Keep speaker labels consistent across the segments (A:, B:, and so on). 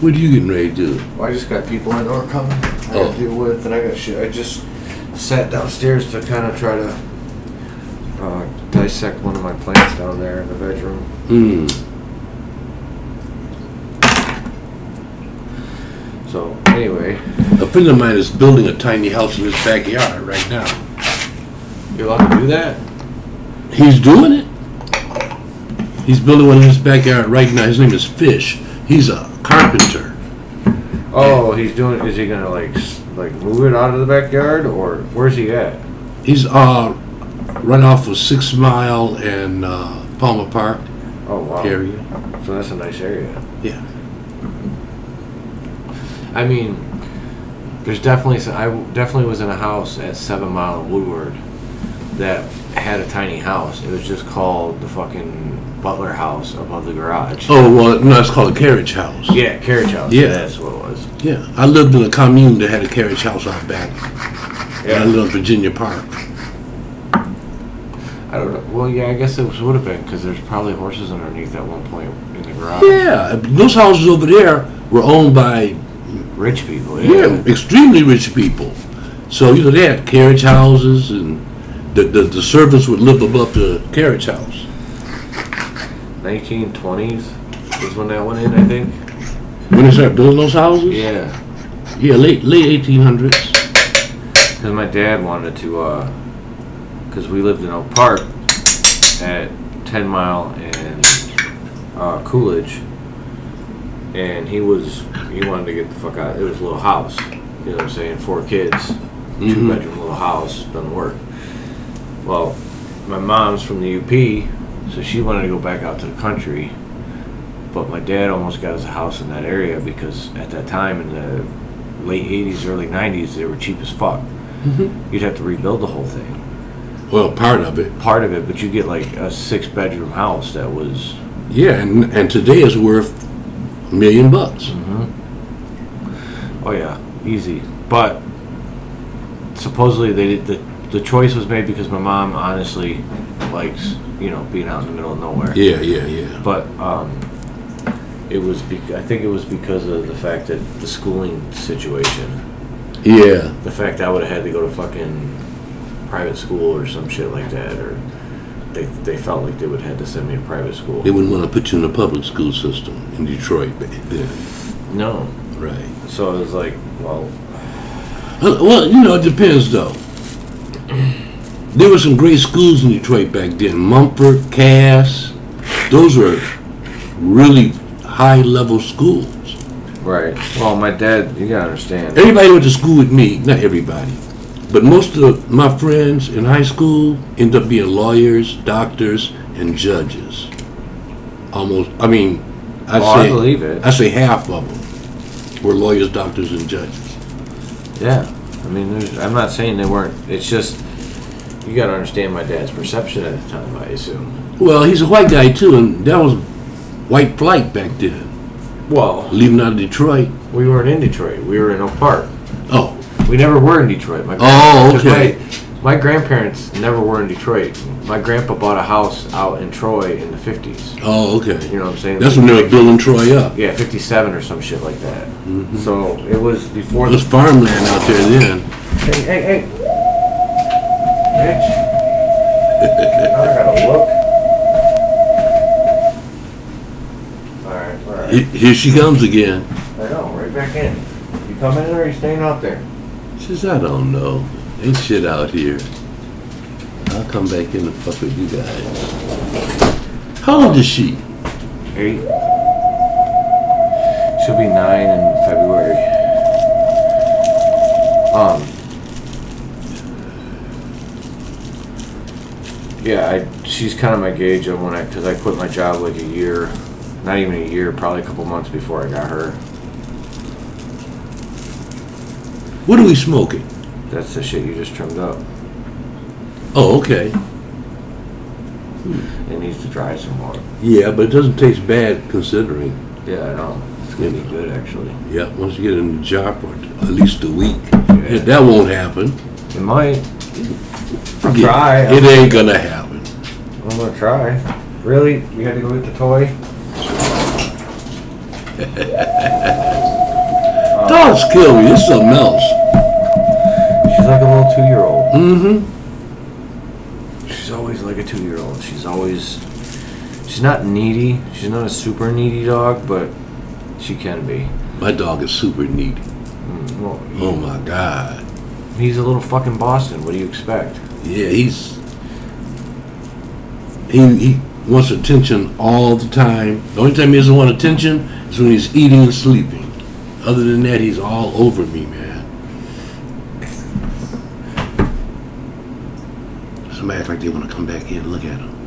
A: What are you getting ready to do?
B: Well, I just got people I know are coming. I
A: Oh.
B: got to deal with, and I got shit. I just sat downstairs to kind of try to uh, dissect one of my plants down there in the bedroom.
A: Hmm.
B: So anyway,
A: A friend of mine is building a tiny house in his backyard right now.
B: you're allowed to do that.
A: He's doing it. He's building one in his backyard right now. His name is Fish. He's a carpenter.
B: Oh, he's doing. Is he gonna like s- like move it out of the backyard, or where's he at?
A: He's uh, run off of Six Mile and uh, Palmer Park
B: Oh wow.
A: area.
B: So that's a nice area.
A: Yeah.
B: I mean, there's definitely some, I definitely was in a house at Seven Mile and Woodward that had a tiny house. It was just called the fucking Butler House above the garage.
A: Oh well, no, it's called a carriage house.
B: Yeah, carriage house.
A: Yeah.
B: Yeah, that's what it was.
A: Yeah. I lived in a commune that had a carriage house out back. Yeah. Uh-huh. I
B: Yeah.
A: lived in Virginia Park.
B: I don't know. Well, yeah, I guess it would have been because there's probably horses underneath at one point in the garage.
A: Yeah, those houses over there were owned by
B: Rich people.
A: yeah,
B: Yeah.
A: extremely rich people. So you know they had carriage houses, and the the, the servants would live above the carriage house.
B: 1920s is when that went in, I think.
A: When they started building those houses,
B: Yeah.
A: yeah, late late eighteen hundreds.
B: Because my dad wanted to, uh 'cause we lived in Oak Park at 10 Mile and uh, Coolidge, and he was, he wanted to get the fuck out. It was a little house, you know what I'm saying? Four kids, two bedroom little house, doesn't work. Well, my mom's from the UP, so she wanted to go back out to the country. But my dad almost got us a house in that area because at that time in the late 80s, early 90s, they were cheap as fuck. You'd have to rebuild the whole thing,
A: Well, part of it.
B: part of it, but you get like a six bedroom house that was.
A: Yeah, and and today is worth a million bucks.
B: Oh yeah, easy. But supposedly they did, the the choice was made because my mom honestly likes you know being out in the middle of nowhere.
A: Yeah, yeah, yeah.
B: But um, it was bec I think it was because of the fact that the schooling situation,
A: Yeah,
B: the fact I would have had to go to fucking private school or some shit like that, or they they felt like they would have had to send me to private school.
A: they wouldn't want to put you in a public school system in Detroit back then,
B: No,
A: right?
B: so it was like well.
A: Uh, Well, you know, it depends though. There were some great schools in Detroit back then. Mumford, Cass, those were really high level schools.
B: Right. Well, my dad, you gotta understand.
A: Everybody went to school with me, not everybody, but most of my friends in high school end up being lawyers, doctors, and judges. Almost, I mean, I
B: Oh, I
A: say,
B: believe it.
A: I say half of them were lawyers, doctors, and judges.
B: Yeah, I mean, there's, I'm not saying they weren't. It's just you got to understand my dad's perception at the time. I assume.
A: Well, he's a white guy too, and that was white flight back then.
B: Well,
A: leaving out of Detroit.
B: we weren't in Detroit. We were in Oak Park.
A: Oh,
B: We never were in Detroit. My
A: Oh,
B: 'cause
A: okay.
B: My, my grandparents never were in Detroit. My grandpa bought a house out in Troy in the 50s.
A: oh, okay.
B: You know what I'm saying?
A: That's when they were building Troy up.
B: yeah, 57 or some shit like that. So it was before
A: It
B: the
A: was farmland out there then.
B: Hey, hey, hey. Bitch. now I gotta look. Alright, alright.
A: He- Here she comes again.
B: I know, right back in. You coming in or you staying out there?
A: She says, I don't know. Ain't shit out here. I'll come back in and fuck with you guys. How old is she?
B: Eight. She'll be nine in February. Um. Yeah, I, she's kind of my gauge on when I, because I quit my job like a year, not even a year, probably a couple months before I got her.
A: What are we smoking?
B: That's the shit you just trimmed up.
A: Oh, okay.
B: It needs to dry some more.
A: Yeah, but it doesn't taste bad considering.
B: Yeah, I know. It's gonna be good actually.
A: Yeah, once you get in the jar for at least a week. Yeah, that won't happen.
B: It might. I'll
A: Yeah,
B: try.
A: It ain't gonna happen.
B: I'm gonna try. Really? You had to go get the toy?
A: Dogs kill me. It's something else.
B: She's like a little two year old.
A: Mm-hmm.
B: She's always like a two year old. She's always. She's not needy. She's not a super needy dog, but she can be.
A: My dog is super neat.
B: Mm, Well,
A: Oh my god.
B: he's a little fucking Boston. What do you expect?
A: Yeah, he's he he wants attention all the time. The only time he doesn't want attention is when he's eating and sleeping. Other than that, he's all over me, man. Somebody act like they want to come back here and look at him.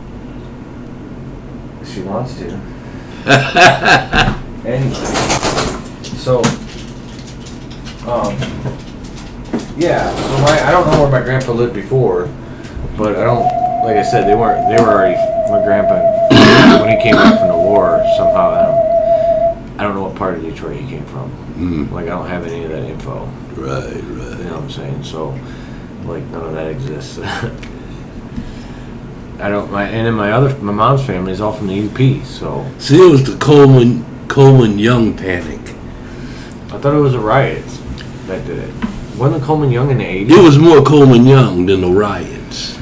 B: She wants to. Anyway, so, um, yeah. So my, I don't know where my grandpa lived before, but I don't. Like I said, they weren't. They were already. My grandpa, when he came back from the war, somehow I don't. I don't know what part of Detroit he came from.
A: Mm.
B: Like I don't have any of that info.
A: Right,
B: You
A: right.
B: know what I'm saying? So, like, none of that exists. I don't. My and then my other my mom's family is all from the UP. So
A: See, it was the Coleman Coleman Young panic.
B: I thought it was a riot that did it. Wasn't Coleman Young in the
A: It
B: '80s?
A: was more Coleman Young than the riots.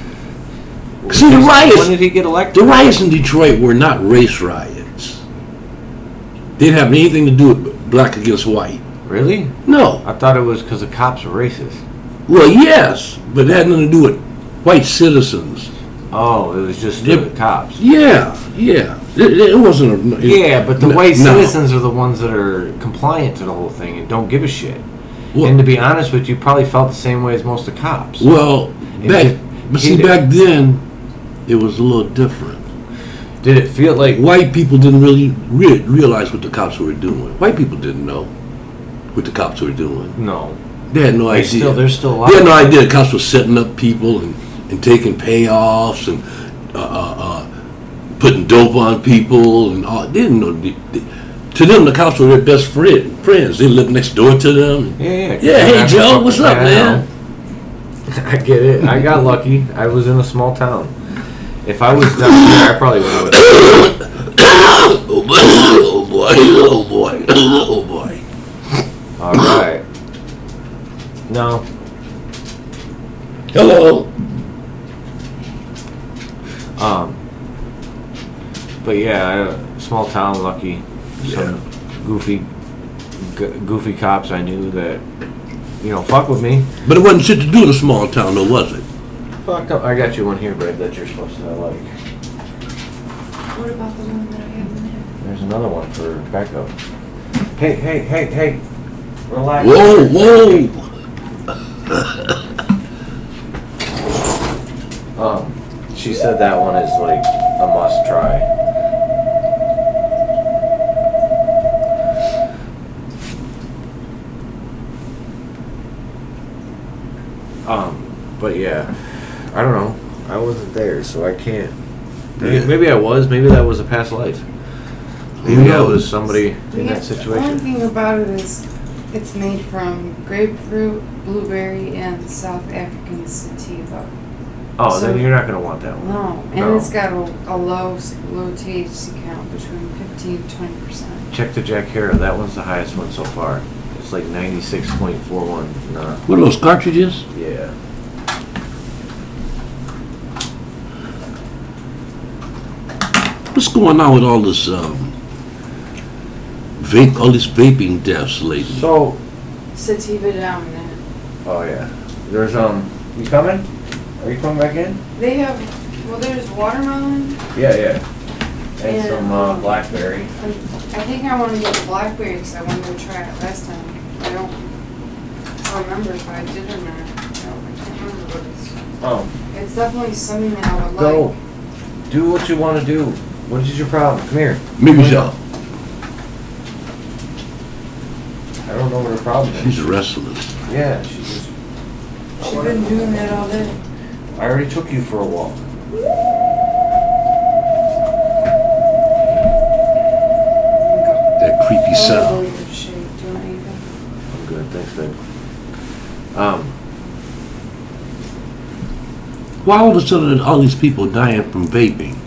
A: See, the riots-
B: When did he get elected?
A: The riots in Detroit were not race riots. They didn't have anything to do with black against white.
B: Really?
A: No.
B: I thought it was because the cops were racist.
A: Well, yes, but it had nothing to do with white citizens.
B: Oh, it was just
A: Yep.
B: the cops.
A: Yeah, yeah. It, it wasn't a. it-
B: Yeah, but the
A: no,
B: white
A: no.
B: citizens are the ones that are compliant to the whole thing and don't give a shit.
A: Well,
B: And to be honest with you, probably felt the same way as most of the cops.
A: well
B: It
A: back.
B: just-
A: But see,
B: it-
A: back then, it was a little different.
B: Did it feel like?
A: White people didn't really re- realize what the cops were doing. White people didn't know what the cops were doing.
B: No.
A: They had no
B: There's
A: idea.
B: still- there's still a lot
A: They had
B: of-
A: no idea. The cops were setting up people and, and taking payoffs and uh, uh, uh, putting dope on people and all. They didn't know. They, they- to them, the cops were their best friend. Friends. They lived next door to them.
B: Yeah, yeah.
A: Yeah, hey, Joe, what's up,
B: I
A: man?
B: know. I get it. I got lucky. I was in a small town. If I was down here, I probably would have.
A: Oh boy! Oh boy! Oh boy! Oh boy!
B: All right. No.
A: Hello.
B: Um. But yeah, I, small town, lucky. Some goofy, g- goofy cops I knew that, you know, fuck with me.
A: But it wasn't shit to do in a small town, though, was it?
B: Fucked up. I got you one here, Brad, that you're supposed to like.
C: What about the one that I have in there?
B: There's another one for backup. Hey, hey, hey, hey. Relax.
A: Whoa! Whoa!
B: Um, she said that one is like a must try. Um, but yeah, I don't know. I wasn't there, so I can't. Maybe,
A: Yeah.
B: maybe I was. Maybe that was a past life.
A: Who
B: Maybe I
A: knows?
B: was somebody
C: We
B: in that
C: have- The only
B: situation.
C: thing about it is it's made from grapefruit, blueberry, and South African sativa.
B: Oh,
C: So-
B: then you're not gonna want that one.
C: No, and
B: No.
C: it's got a, a low s- low THC count between 15 and 20 percent.
B: Check the Jack Hero. That one's the highest one so far. It's like 96.41. Nah.
A: What are those cartridges?
B: Yeah.
A: What's going on with all this um, vape, all this vaping deaths lately?
B: So
C: Sativa dominant.
B: Oh yeah. There's um. You coming? Are you coming back in?
C: They have well, there's watermelon.
B: Yeah, yeah. And
C: Yeah.
B: some uh, blackberry.
C: and I think I want to get blackberry because I wanted to try it last time. I don't remember if I did or not. No, I can't remember, but it's
B: Um,
C: it's definitely something that I would like.
B: go. Do what you want to do. What is your problem? Come here.
A: Maybe so.
B: I don't know what her problem is.
A: She's wrestling.
B: Yeah, she just.
C: She's been doing that all day.
B: I already took you for a walk.
A: That creepy
C: Oh,
A: sound.
C: you're shit. Do you want anything?
B: I'm good, thanks, babe. Um,
A: Why all of a sudden all these people dying from vaping?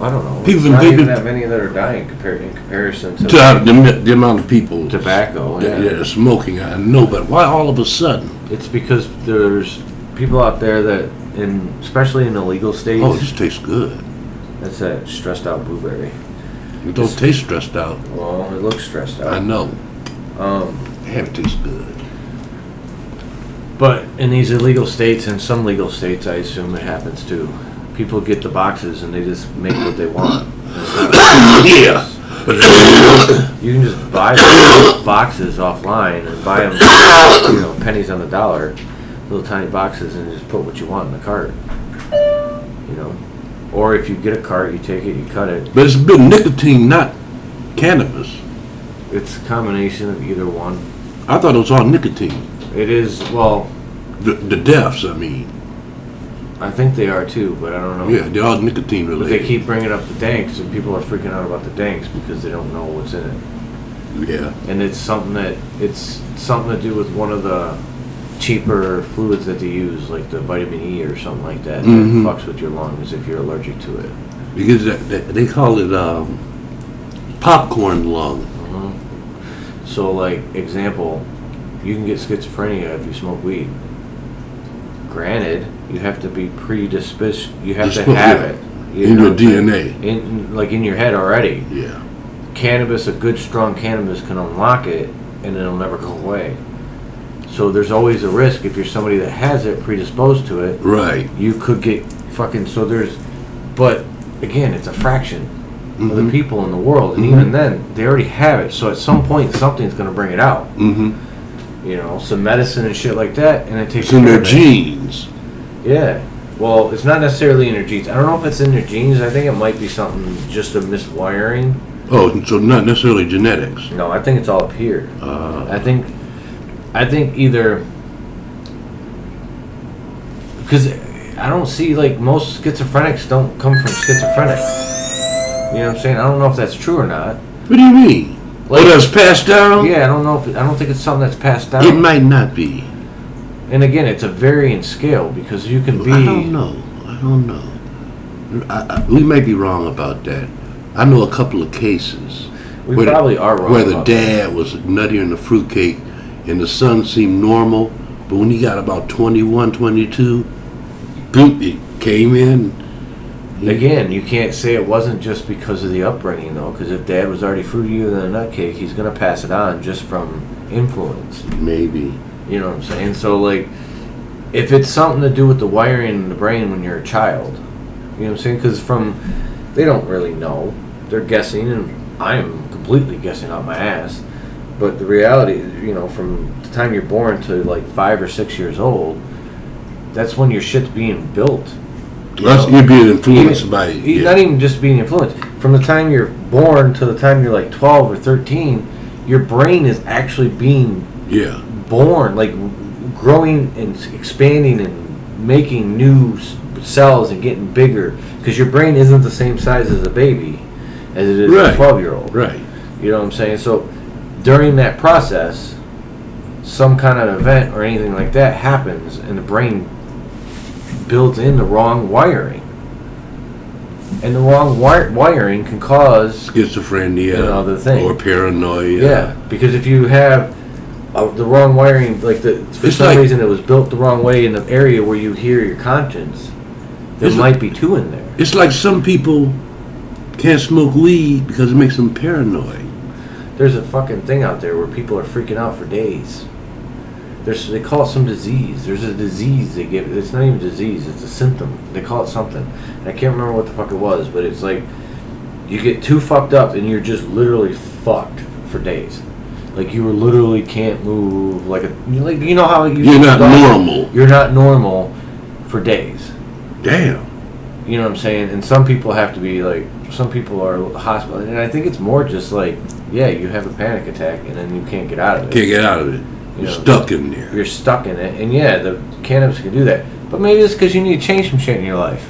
B: I don't know.
A: People
B: It's
A: been-
B: not
A: they've
B: even
A: been-
B: that many that are dying compared in comparison to
A: To have the, the amount of people
B: tobacco.
A: that,
B: yeah.
A: that are smoking, I know, but why all of a sudden?
B: It's because there's people out there that, in especially in illegal states,
A: Oh, it just tastes good.
B: that's that stressed out blueberry.
A: It don't taste stressed out.
B: Well, it looks stressed
A: I
B: out.
A: know.
B: Um,
A: Damn, it tastes good.
B: but in these illegal states and some legal states, I assume it happens too. People get the boxes and they just make what they want. It's not-
A: Yeah.
B: You can just buy those boxes offline and buy them, you know, pennies on the dollar, little tiny boxes, and just put what you want in the cart. You know, or if you get a cart, you take it, you cut it,
A: But it's been nicotine, not cannabis.
B: It's a combination of either one.
A: I thought it was all nicotine.
B: It is well,
A: The, the deaths, I mean.
B: I think they are too, but I don't know.
A: Yeah, they're all nicotine
B: But they
A: related.
B: keep bringing up the danks, and people are freaking out about the danks because they don't know what's in it,
A: yeah.
B: and it's something that it's something to do with one of the cheaper fluids that they use, like the vitamin E or something like that,
A: Mhm.
B: that fucks with your lungs if you're allergic to it.
A: Because that, that, they call it um, popcorn lung.
B: So, like example, you can get schizophrenia if you smoke weed. Granted, you have to be predisposed. You have to
A: Dispo-
B: have
A: yeah.
B: it
A: In your
B: what I'm saying?
A: DNA.
B: in like in your head already.
A: Yeah.
B: Cannabis, a good strong cannabis, can unlock it, and it'll never go away. So there's always a risk if you're somebody that has it predisposed to it,
A: Right.
B: you could get fucking. So there's, but again, it's a fraction of the
A: Mhm.
B: people in the world, and
A: Mhm.
B: even then, they already have it. So at some point, something's gonna bring it out.
A: Mm-hmm.
B: You know, some medicine and shit like that, and it takes.
A: It's in
B: care
A: their
B: of it.
A: genes.
B: Yeah. Well, it's not necessarily in their genes. I don't know if it's in their genes. I think it might be something just a miswiring.
A: Oh, so not necessarily genetics.
B: No, I think it's all up here.
A: Uh,
B: I think, I think either because I don't see like most schizophrenics don't come from schizophrenics. You know what I'm saying? I don't know if that's true or not.
A: what do you mean?
B: Like-
A: oh, that's passed down?
B: Yeah, I don't know if I don't think it's something that's passed
A: It
B: down.
A: might not be.
B: And again, it's a varying scale because you can be.
A: I don't know. I don't know. I, I, we may be wrong about that. I know a couple of cases
B: We
A: where the-
B: probably are wrong.
A: where the
B: about that.
A: dad was nuttier than a fruitcake and the son seemed normal, but when he got about 21, 22, boom, it came in.
B: Again, you can't say it wasn't just because of the upbringing though, because if dad was already fruitier than a nut cake, he's gonna pass it on just from influence.
A: Maybe.
B: You know what I'm saying? So like, if it's something to do with the wiring in the brain when you're a child, you know what I'm saying? Because from they don't really know. They're guessing, and I am completely guessing out my ass. But the reality, you know, from the time you're born to like five or six years old, that's when your shit's being built.
A: That's, you'd be influenced
B: Even-
A: by it.
B: e-
A: yeah.
B: Not even just being influenced. From the time you're born to the time you're like 12 or 13, your brain is actually being
A: yeah.
B: born, like growing and s- expanding and making new s- cells and getting bigger. Because your brain isn't the same size as a baby as it is a
A: Right.
B: 12 year old.
A: Right.
B: You know what I'm saying? So during that process, some kind of event or anything like that happens, and the brain builds in the wrong wiring. And the wrong wi- wiring can cause
A: Schizophrenia.
B: And other things.
A: Or paranoia.
B: yeah. because if you have uh, the wrong wiring, like the for
A: It's
B: some
A: like-
B: reason it was built the wrong way in the area where you hear your conscience, there
A: It's a-
B: might be two in there.
A: It's like some people can't smoke weed because it makes them paranoid.
B: There's a fucking thing out there where people are freaking out for days. There's, they call it some disease. There's a disease they give. It's not even disease. It's a symptom. They call it something. And I can't remember what the fuck it was, but it's like you get too fucked up and you're just literally fucked for days. Like you literally can't move. Like a you- like you know how you
A: You're not
B: don't-
A: normal.
B: You're not normal for days.
A: Damn.
B: You know what I'm saying? And some people have to be like, some people are hospital, and I think it's more just like, yeah, you have a panic attack and then you can't get out of it.
A: Can't get out of it. You're
B: Yeah.
A: stuck in there.
B: You're stuck in it, and yeah, the cannabis can do that. But maybe it's because you need to change some shit in your life.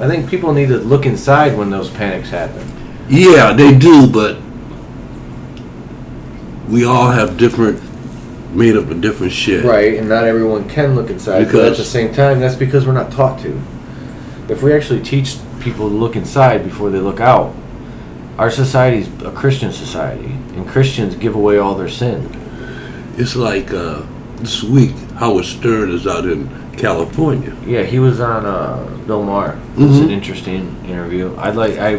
B: I think people need to look inside when those panics happen.
A: Yeah, they do, but we all have different, made up of different shit.
B: Right, and not everyone can look inside. but at
A: Because-
B: the same time, that's because we're not taught to. If we actually teach people to look inside before they look out. Our society's a Christian society, and Christians give away all their sin.
A: It's like uh, this week Howard Stern is out in California.
B: Yeah, he was on uh, Bill Maher. It was an
A: Mhm.
B: interesting interview. I'd like I,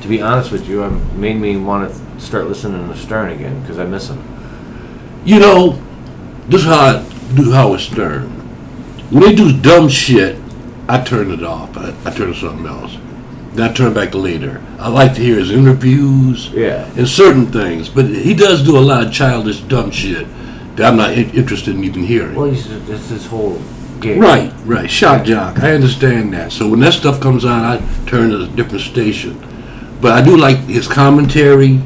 B: to be honest with you, i made me want to start listening to Stern again because I miss him.
A: You know, this is how I do Howard Stern. When they do dumb shit, I turn it off. I, I turn to something else. Then I turn back later. I like to hear his interviews
B: Yeah.
A: and certain things, but he does do a lot of childish dumb shit that I'm not in- interested in even hearing.
B: Well, he's it's his whole game.
A: Right, right. Shock jock. I understand that. So when that stuff comes on, I turn to a different station. But I do like his commentary,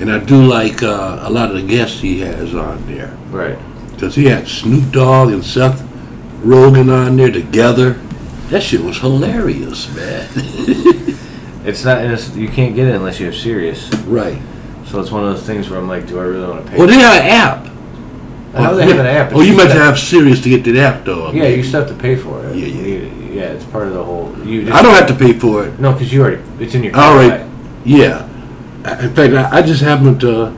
A: and I do like uh, a lot of the guests he has on there.
B: Right.
A: Because he had Snoop Dogg and Seth Rogen on there together. That shit was hilarious, man.
B: It's not. And it's, you can't get it unless you have serious.
A: right.
B: So it's one of those things where I'm like, do I really want to pay?
A: Well, they had an app.
B: How they have an app?
A: Oh, you meant to
B: have.
A: have serious to get to the app, though. I
B: Yeah,
A: mean.
B: you still have to pay for it.
A: Yeah,
B: You- yeah. it's part of the whole. You just,
A: I don't have to pay for it.
B: No, because you already. It's in your.
A: All right.
B: contract.
A: Yeah. I- In fact, I, I just haven't uh,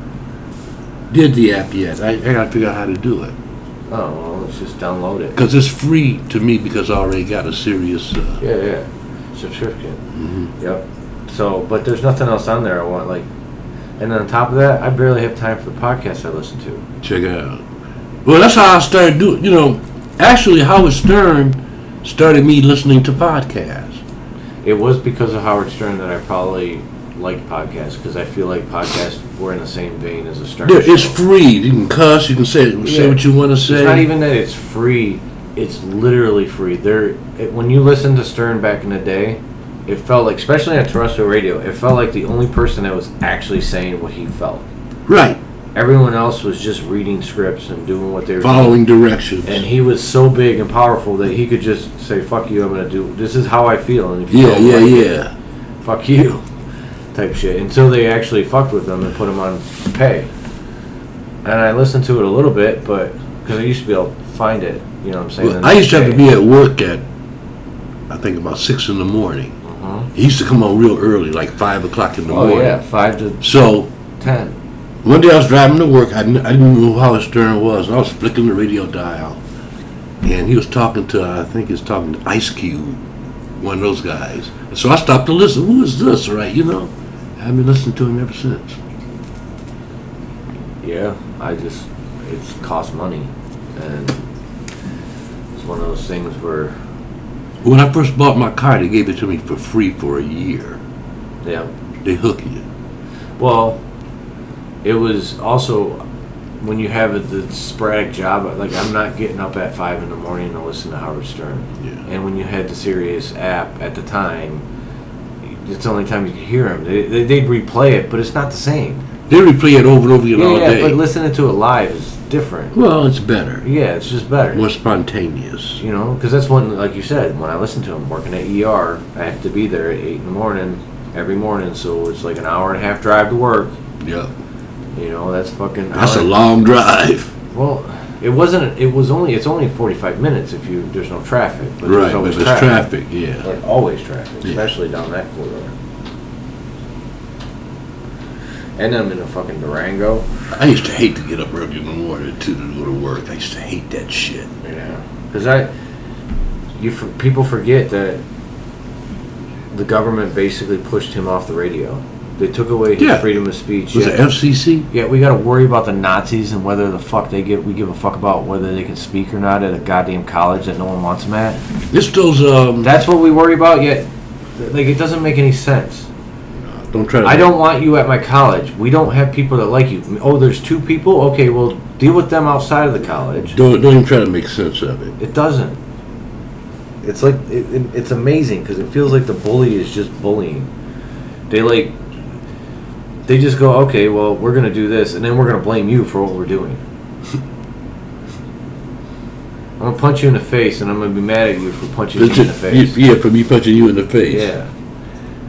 A: did the app yet. I, I gotta figure out how to do it
B: Oh well, let's just download it.
A: because it's free to me because I already got a serious. Uh,
B: Yeah, yeah. Subscription. Mm-hmm. Yep. So, but there's nothing else on there I want like. And on top of that, I barely have time for the podcasts I listen to.
A: check it out. Well, that's how I started doing. You know, actually, Howard Stern started me listening to podcasts.
B: It was because of Howard Stern that I probably liked podcasts because I feel like podcasts were in the same vein as a Stern.
A: There, it's
B: show.
A: free. You can cuss. You can say say
B: Yeah.
A: what you want to
B: It's not
A: say.
B: even that it's free. It's literally free. There, it, when you listened to Stern back in the day, it felt like, especially on terrestrial radio, it felt like the only person that was actually saying what he felt.
A: right.
B: Everyone else was just reading scripts and doing what they were
A: Following directions.
B: doing. And he was so big and powerful that he could just say, "Fuck you, I'm gonna do this is how I feel." And if you
A: yeah,
B: don't
A: yeah,
B: like it,
A: yeah.
B: fuck you, type shit. Until they actually fucked with them and put them on pay. And I listened to it a little bit, but because I used to be able to find it, you know what I'm saying?
A: Well, I used to have to be at work at, I think about six in the morning.
B: uh
A: He used to come on real early, like five o'clock in the
B: Oh
A: morning.
B: yeah, five to
A: So
B: ten.
A: one day I was driving to work. I, kn- I didn't know how Stern was. And I was flicking the radio dial, and he was talking to I think he was talking to Ice Cube, one of those guys. And so I stopped to listen. Who is this, right? You know, I've been listening to him ever since.
B: Yeah, I just it's cost money, and it's one of those things where
A: When I first bought my car, they gave it to me for free for a year.
B: yeah.
A: They hook you.
B: Well, it was also when you have a, the sporadic job. Like I'm not getting up at five in the morning to listen to Howard Stern.
A: Yeah.
B: And when you had the Sirius app at the time, it's the only time you could hear him. They, they, they'd replay it, but it's not the same.
A: They replay it over and over again all
B: yeah,
A: day.
B: but listening to it live is different.
A: well, it's better,
B: Yeah, it's just better.
A: more spontaneous.
B: You know, because that's one, like you said, when I listen to him working at ER, I have to be there at 8 in the morning every morning, so it's like an hour and a half drive to work.
A: Yeah,
B: You know, that's fucking.
A: that's a
B: hour-
A: long drive.
B: Well, it wasn't. It was only. It's only forty-five minutes if you. There's no traffic. But
A: Right,
B: There's
A: but
B: always
A: it's traffic. Yeah.
B: Like always traffic,
A: Yeah.
B: especially down that corridor. And I'm in a fucking Durango.
A: I used to hate to get up early in the morning too, to go to work. I used to hate that shit.
B: You know, because I, you for, people forget that the government basically pushed him off the radio. They took away his
A: Yeah.
B: freedom of speech.
A: Was
B: yeah.
A: it FCC?
B: Yeah, we gotta worry about the Nazis and whether the fuck they get. We give a fuck about whether they can speak or not at a goddamn college that no one wants them at.
A: It's those um.
B: That's what we worry about. Yet, like, it doesn't make any sense.
A: don't try. To
B: I don't want you at my college. We don't have people that like you. Oh, there's two people. Okay, well, deal with them outside of the college.
A: Don't don't even try to make sense of it.
B: It doesn't. It's like it, it, it's amazing because it feels like the bully is just bullying. They like they just go, okay, well, we're gonna do this, and then we're gonna blame you for what we're doing. I'm gonna punch you in the face, and I'm gonna be mad at you for punching
A: It's
B: you in the
A: just-
B: face.
A: yeah, for me punching you in the face.
B: Yeah,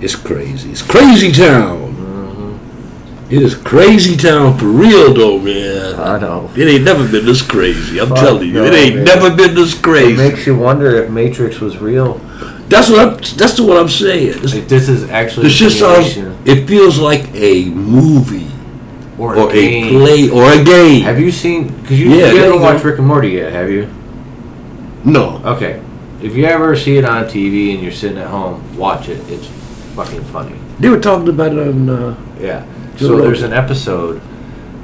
A: It's crazy. It's crazy town.
B: Mm-hmm.
A: It is crazy town for real though, man.
B: I know.
A: It ain't never been this crazy. I'm
B: Uh, Fuck
A: telling you,
B: no,
A: it ain't
B: man.
A: never been this
B: It
A: crazy.
B: makes you wonder if Matrix was real.
A: That's what I'm, that's the what I'm saying. It's-
B: Like, this is actually
A: The
B: a
A: shit sounds.
B: simulation
A: It feels like a movie
B: or,
A: or
B: a
A: a
B: game.
A: play or a game.
B: Have you seen? Because you,
A: Yeah,
B: you
A: there you
B: haven't watched
A: go.
B: Rick and Morty yet, have you?
A: no.
B: Okay. If you ever see it on TV and you're sitting at home, watch it. It's fucking funny.
A: They were talking about it on. Uh,
B: Yeah.
A: Joe
B: So there's an
A: Rogan.
B: episode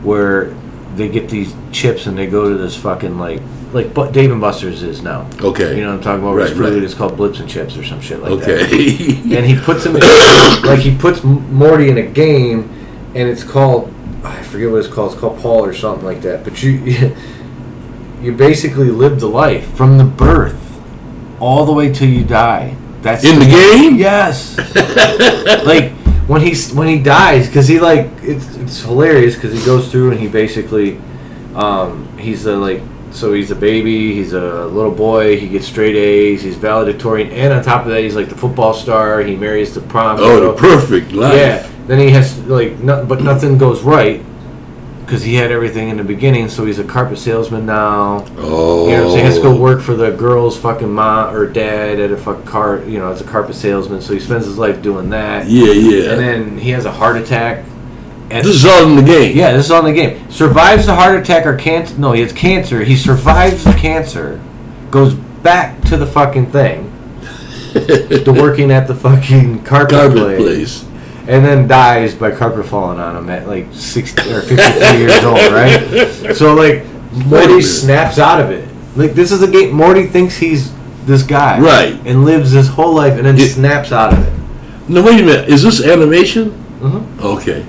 B: where they get these chips and they go to this fucking like like but Dave and Buster's is now.
A: okay.
B: You know what I'm talking about?
A: Right,
B: It's food.
A: right.
B: It's called Blips and Chips or some shit like that.
A: okay.
B: and he puts him in, like he puts M- Morty in a game, and it's called I forget what it's called. It's called Paul or something like that. But you you basically live the life from the birth all the way till you die. That's
A: In the game?
B: Yes. like when he's when he dies because he like it's it's hilarious because he goes through and he basically um, he's the like so he's a baby he's a little boy he gets straight A's he's valedictorian and on top of that he's like the football star he marries the prom
A: oh,
B: girl.
A: the perfect life.
B: yeah then he has like no, but nothing goes right because he had everything in the beginning so he's a carpet salesman now
A: Oh.
B: you know what I'm saying? He has to go work for the girl's fucking mom or dad at a fuck car, you know, as a carpet salesman. So he spends his life doing that.
A: Yeah, yeah.
B: And then he has a heart attack. And
A: this is all in the game.
B: yeah, this is on the game. Survives the heart attack or cancer. No, he has cancer. He survives the cancer, goes back to the fucking thing, to working at the fucking carpet,
A: Carpet
B: place,
A: place.
B: and then dies by carpet falling on him at like sixty or fifty-three years old, right? So like,
A: Wait a
B: Morty
A: minute.
B: snaps out of it. Like this is a game. Morty thinks he's this guy,
A: Right.
B: and lives his whole life, and then
A: It-
B: snaps out of it.
A: No, wait a minute. Is this animation?
B: hmm
A: Okay.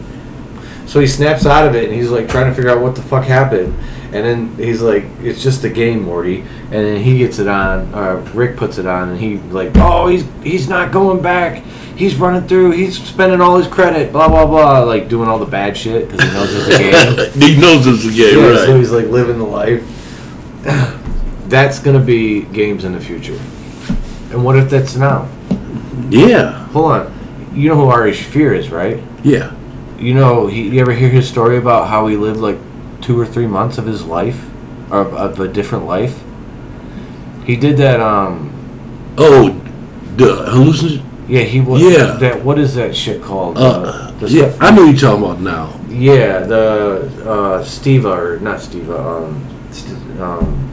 B: So he snaps out of it and he's like trying to figure out what the fuck happened. And then he's like, it's just a game, Morty. And then he gets it on, uh, Rick puts it on, and he like, oh, he's he's not going back. He's running through. He's spending all his credit. Blah blah blah. Like doing all the bad shit because he knows it's a game.
A: he knows it's a game,
B: yeah,
A: right?
B: So he's like living the life. that's gonna be games in the future. And what if that's now?
A: yeah.
B: Hold on. You know who Ari Shafir is, right?
A: Yeah.
B: You know, he, you ever hear his story about how he lived like two or three months of his life, of, of a different life? He did that. Um,
A: Oh, the hallucin.
B: yeah, he was.
A: Yeah.
B: That what is that shit called?
A: Uh,
B: the
A: yeah,
B: stuff-
A: I know you're talking about now.
B: yeah, the uh, Steva or not Steva. Um, st- um,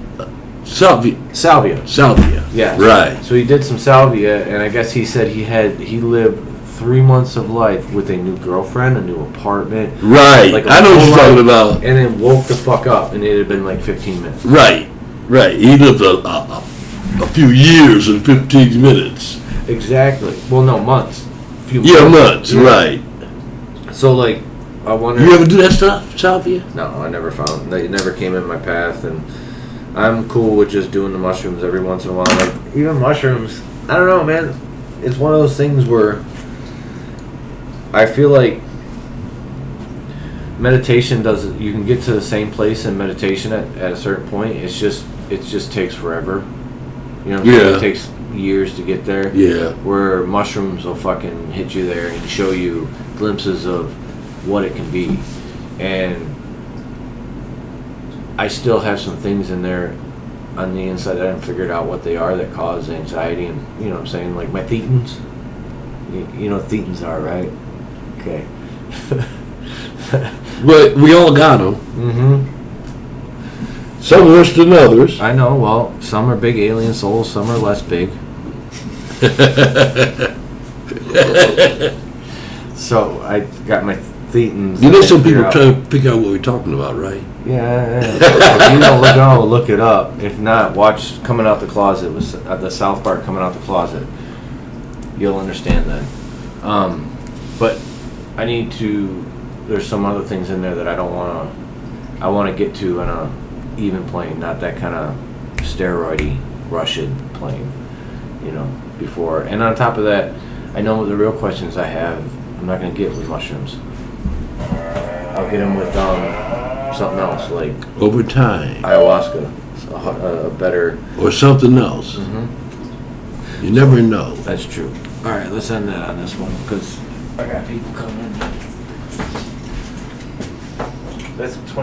A: Salvia.
B: salvia.
A: Salvia.
B: Yeah.
A: Right.
B: So he did some salvia, and I guess he said he had he lived three months of life with a new girlfriend, a new apartment,
A: Right.
B: Like a
A: I know what
B: whole
A: you're talking about.
B: and then woke the fuck up, and it had been like 15 minutes.
A: Right, right. He lived a, a, a few years and 15 minutes.
B: Exactly. Well, no, months. Few
A: Yeah, months, right.
B: So, like, I wonder.
A: You ever do that stuff, Salvia?
B: no, I never found. It never came in my path, and I'm cool with just doing the mushrooms every once in a while. Like, even mushrooms. I don't know, man. It's one of those things where I feel like meditation does not you can get to the same place in meditation at, at a certain point it's just it just takes forever you know what I'm saying?
A: Yeah.
B: it takes years to get there
A: Yeah.
B: where mushrooms will fucking hit you there and show you glimpses of what it can be. And I still have some things in there on the inside that I haven't figured out what they are that cause anxiety and, you know what I'm saying? Like my thetans. You, you know what thetans are, right? Okay.
A: But we all got them.
B: hmm
A: Some worse than others.
B: I know, well, some are big alien souls, some are less big. So I got my thetans.
A: you know,
B: I
A: some
B: figure
A: people
B: out-
A: try to pick out what we're talking about, right?
B: Yeah, if you don't look, no, look it up. If not, watch "Coming Out the Closet" was uh, the South Park "Coming Out the Closet." You'll understand then. Um, but I need to. There's some other things in there that I don't want to. I want to get to on a even plane, not that kind of steroidy Russian plane, you know. Before and on top of that, I know the real questions I have. I'm not gonna get with mushrooms. I'll get them with um, something else like
A: Over time
B: ayahuasca, a, ho- a better.
A: or something else.
B: Mm-hmm.
A: You never know.
B: That's true. All right, let's end that on this one because I got people coming. That's twenty.